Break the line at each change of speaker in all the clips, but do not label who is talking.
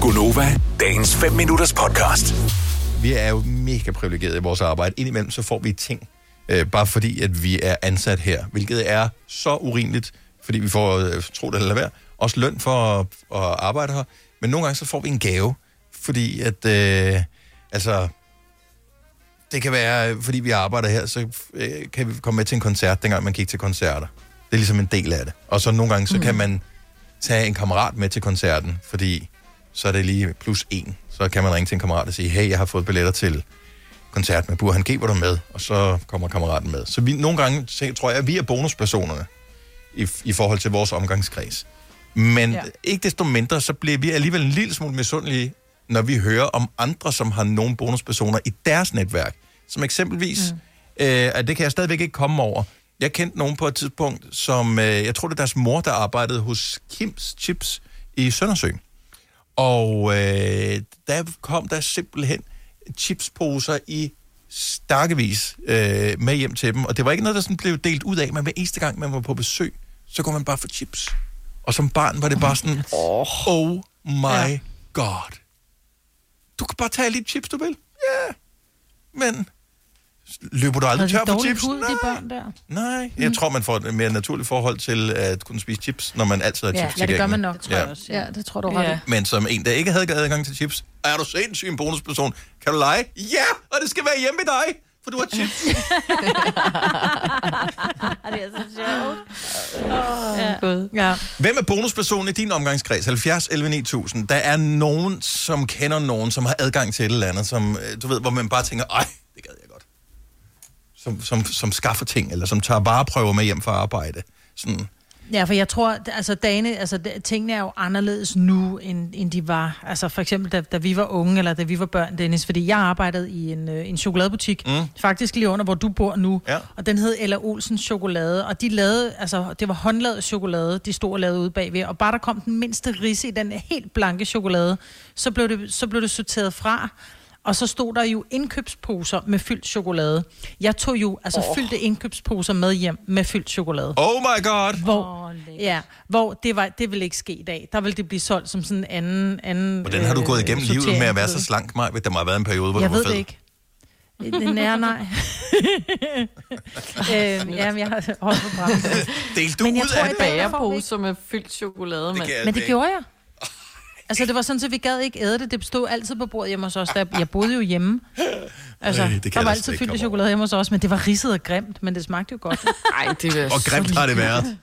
Gunova, dagens 5 minutters podcast.
vi er jo mega privilegerede i vores arbejde. Indimellem så får vi ting, øh, bare fordi at vi er ansat her, hvilket er så urimeligt, fordi vi får, øh, tro det eller hvad, også løn for at, at arbejde her. Men nogle gange så får vi en gave, fordi at, øh, altså, det kan være, øh, fordi vi arbejder her, så øh, kan vi komme med til en koncert, dengang man gik til koncerter. Det er ligesom en del af det. Og så nogle gange, så mm. kan man tage en kammerat med til koncerten, fordi så er det lige plus en. Så kan man ringe til en kammerat og sige, hey, jeg har fået billetter til koncert med Burhan G, hvor du er med, og så kommer kammeraten med. Så vi, nogle gange så tror jeg, at vi er bonuspersonerne i, i forhold til vores omgangskreds. Men ja.
Ja.
ikke desto mindre, så bliver vi alligevel en lille smule misundelige, når vi hører om andre, som har nogle bonuspersoner i deres netværk. Som eksempelvis, mm. øh, at det kan jeg stadigvæk ikke komme over. Jeg kendte nogen på et tidspunkt, som, øh, jeg tror det er deres mor, der arbejdede hos Kims Chips i Søndersø. Mm. Og øh, der kom der simpelthen chipsposer i stakkevis øh, med hjem til dem. Og det var ikke noget, der sådan blev delt ud af, men hver eneste gang, man var på besøg, så kunne man bare få chips. Og som barn var det bare sådan, oh, oh my ja.
Ja.
god. Du kan bare tage lidt chips, du vil. Ja, men løber du
Havde
aldrig
de
tør for
dårlig
chips?
hud, de
Nej.
børn Mm. der?
Nej, jeg tror, man får et mere naturligt forhold til at kunne spise chips, når man altid har
Ja,
chips
ja, det gør
tilgængelige.
man nok. Det
tror jeg Ja.
også, ja. det tror du ret
Ja.
i.
men som en, der ikke havde adgang til chips. Er du sindssyg en bonusperson? Kan du lege? Ja, og det skal være hjemme ved dig, for du har chips.
det er så sjovt.
Ja.
Hvem er bonuspersonen i din omgangskreds? 70 11 9000. Der er nogen, som kender nogen, som har adgang til et eller andet, som, øh, du ved, hvor man bare tænker, ej, det gad jeg godt. Som, som, som skaffer ting, eller som tager vareprøver med hjem fra arbejde. Sådan,
ja, for jeg tror, at, altså dagene, altså d- tingene er jo anderledes nu, end, end de var. Altså for eksempel, da, da vi var unge, eller da vi var børn, Dennis, fordi jeg arbejdede i en, øh, en chokoladebutik, mm. faktisk lige under, hvor du bor nu,
Ja.
og den hed Ella Olsens Chokolade, og de lavede, altså det var håndlavet chokolade, de stod og lavede ude bagved, og bare der kom den mindste risse i den helt blanke chokolade, så blev det, så blev det sorteret fra, Og så stod der jo indkøbsposer med fyldt chokolade. Jeg tog jo altså oh. fyldte indkøbsposer med hjem med fyldt chokolade.
oh my god!
Hvor,
Åh, lækkert.
ja, hvor det, var, det ville ikke ske i dag. Der ville det blive solgt som sådan en anden... anden øh,
Hvordan har du gået igennem
sortering,
livet med at være
du
så
ved.
slank, Maj? Der må have været en periode, hvor
Jeg
du var
ved
fed.
det ikke. Øh, Nej, nej. øhm, jamen, jeg har holdt på bremsen.
Delte du
Men jeg
ud
tror
af
ikke,
det?
det er-
Bagerposer med fyldt chokolade, mand.
jeg
Men det
ikke.
gjorde jeg. Altså, det var sådan, at vi gad ikke æde det. Det stod altid på bordet hjemme hos os. Der, jeg boede jo hjemme. Altså,
Øj, Øh, det
Øj,
kan jeg
der var
da
altid
slet ikke
fyldt
komme
med
over.
chokolade hjemme hos os, men det var ridset og grimt, men det smagte jo godt.
Nej, det er
Og grimt har det været.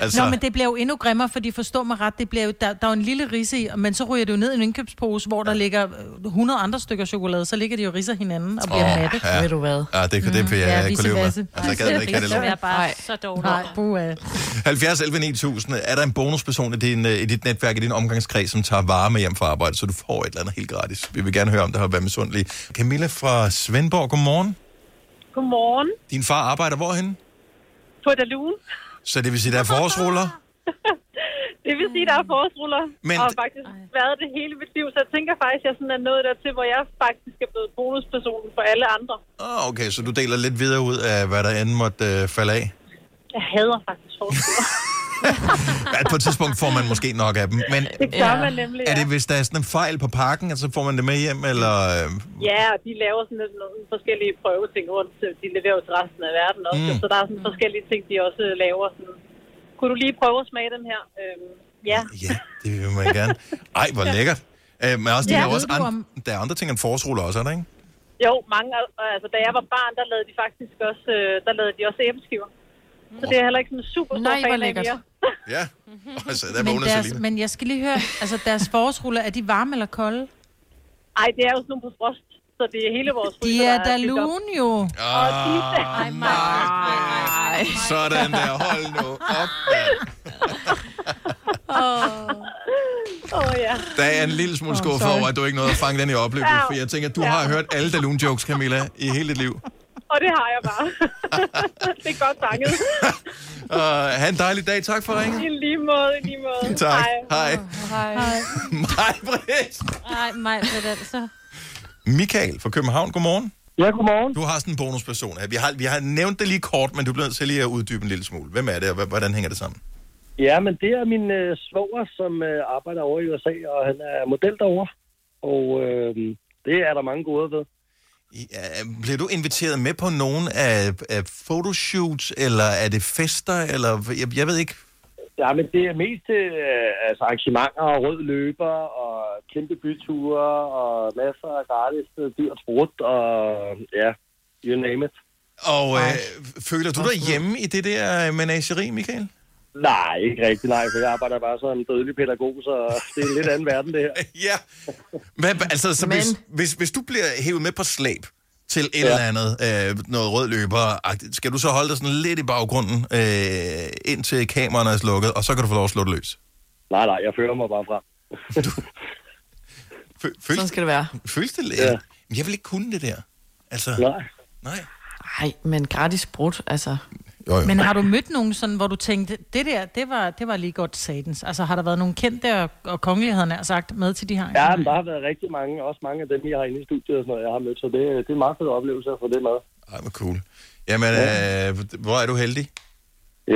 Altså,
Nå, men det bliver jo endnu grimmere, fordi forstå mig ret, det bliver jo, der, der er jo en lille risse i, men så ryger det jo ned i en indkøbspose, hvor der ligger øh, 100 andre stykker chokolade, så ligger de jo risser hinanden og bliver
Åh,
oh, matte.
ja.
Ved du hvad?
Ja, det, det, det vil jeg
Ja,
ja, kunne leve med.
viceversa.
Altså, jeg gad det ikke have det
Viceversa.
lov.
er bare
bare så
Nej,
dårlig.
buh, uh.
70 11 9000. Er der en bonusperson i, din, øh, i dit netværk, i din omgangskreds, som tager vare med hjem fra arbejde, så du får et eller andet helt gratis? Vi vil gerne høre om det har været misundelige. Camilla fra Svendborg, godmorgen.
Godmorgen
Din far arbejder hvorhen?
på Dalun.
Så det vil sige, der er forårsruller?
Det vil sige, der er forårsruller,
Men-
Men... og har faktisk været det hele mit liv. Så jeg tænker faktisk, at jeg sådan er nået dertil, hvor jeg faktisk er blevet bonuspersonen for alle andre.
Ah, okay, så du deler lidt videre ud af, hvad der end måtte øh, falde af.
Jeg hader faktisk forårsruller.
At på et tidspunkt får man måske nok af dem. Men
Det gør
Ja.
man nemlig,
er
ja.
det, hvis der er sådan en fejl på pakken, at så får man det med hjem, eller... Øh,
Ja, og de laver sådan lidt nogle forskellige prøveting rundt. til- De leverer jo til resten af verden også.
Mm.
Mm. Så der er sådan forskellige ting, de også øh, laver. Sådan, kunne du lige prøve at smage dem her? Øhm, ja.
Ja, det vil man gerne. Ej, hvor lækkert. Øh, men også, de
Ja,
ja,
ved
også
du
an-
om-
der er andre ting end forårsruller også, er der ikke?
Jo, mange. al- Altså, da jeg var barn, der lavede de faktisk også, øh, der lavede de også æbleskiver. Så det er heller ikke sådan super stor
Mm. Nej, hvor
fan af
lækkert.
mere.
Ja. Altså, der
Men,
vågner
deres,
Selina.
men jeg skal lige høre, altså deres forårsruller, er de varme eller kolde?
Ej, det er jo sådan nogle på frost, så det er hele vores
De er da lun jo.
Ah,
Ej, Maja. Ej.
sådan der. Hold nu op.
Åh, oh, ja.
Der er en lille smule skuffet over, at du ikke nåede at fange den i opløbet. For jeg tænker, du har hørt alle Dalun jokes, Camilla, i hele dit liv.
Og det har jeg bare. det er godt fanget.
Uh, ha' en dejlig dag. Tak for ringen.
I lige måde, i lige måde.
Tak.
Hej.
Hej.
Hej.
Hej, Britt.
Nej, mig vil altså.
Michael fra København, godmorgen.
Ja, godmorgen.
Du har sådan en bonusperson her. Vi har, vi har nævnt det lige kort, men du bliver nødt til lige at uddybe en lille smule. Hvem er det, og hva- hvordan hænger det sammen?
Ja, men det er min øh, svoger, som øh, arbejder over i USA, og han er model derovre. Og øh, det er der mange gode ved.
Ja, øh, bliver du inviteret med på nogen af, af photoshoots, eller er det fester, eller jeg, jeg ved ikke.
Ja, men det er mest øh, altså arrangementer og rød løber og kæmpe byture og masser af gratis øh, dyrt sprut og ja, you name it.
Og øh, føler du dig hjemme i det der menageri, Michael?
Nej, ikke rigtig nej, for jeg arbejder bare som dødelig pædagog, så det er en lidt anden verden det her.
Ja. Hvad, altså, så hvis, hvis, hvis du bliver hævet med på slæb til et ja. eller andet, øh, noget rød løber skal du så holde dig sådan lidt i baggrunden, øh, indtil kameraerne er slukket, og så kan du få lov at slå det løs?
Nej, nej, jeg fører mig bare frem.
Fø- føles,
Sådan skal det være.
føles det lidt? Ja.
Ja.
Jeg vil ikke kunne det der. Altså,
Nej.
nej.
Nej, men gratis brudt, altså.
Jo, jo.
Men har du mødt nogen sådan, hvor du tænkte, det der, det var, det var lige godt satans? Altså har der været nogen kendte og, og kongelige, havde jeg nær sagt, med til de her?
Ja, men der har været rigtig mange, også mange af dem, jeg har inde i studiet og sådan noget, jeg har mødt, så det, det er en meget fed oplevelse at få det med.
Ej, hvor cool. Jamen, øh, hvor er du heldig?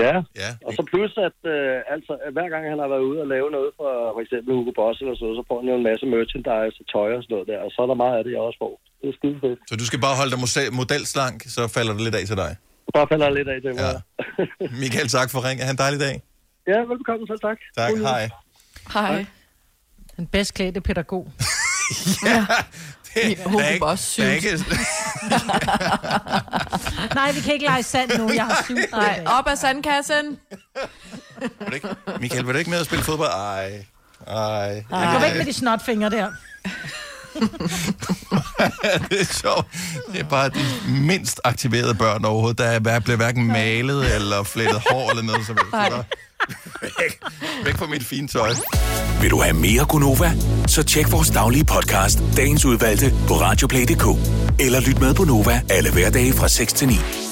Ja,
Ja.
og så plus, at øh, altså, at hver gang han har været ude og lave noget for for eksempel Hugo Boss eller sådan noget, så får han jo en masse merchandise og tøj og sådan noget der, og så er der meget af det, jeg også får. Det er skide fedt.
Så du skal bare holde dig mosa- modelslank, så falder det lidt af til dig.
Bare falder jeg lidt af det.
Ja.
Ja.
Michael, tak for ringen. Ha' en dejlig dag.
ja, velbekomme selv, tak.
Tak,
God jul.
hej.
Hej.
Den bedst klædte pædagog.
Det,
Hugo Boss
der er
sygt.
ikke,
Nej, vi kan ikke lege sand nu, jeg har syv
Nej,
Nej,
op af sandkassen.
Vil du ikke, Michael, vil du ikke med at spille fodbold? Ej. Ej.
Gå væk med de snotfingre der.
det er sjovt. Det er bare de mindst aktiverede børn overhovedet. Der er, bliver hverken malet eller flettet hår eller noget som helst. Så der- Væk, væk fra mit fine tøj.
Vil du have mere Gunova? Så tjek vores daglige podcast, dagens udvalgte, på radioplay.dk. Eller lyt med på Nova alle hverdage fra 6 til 9.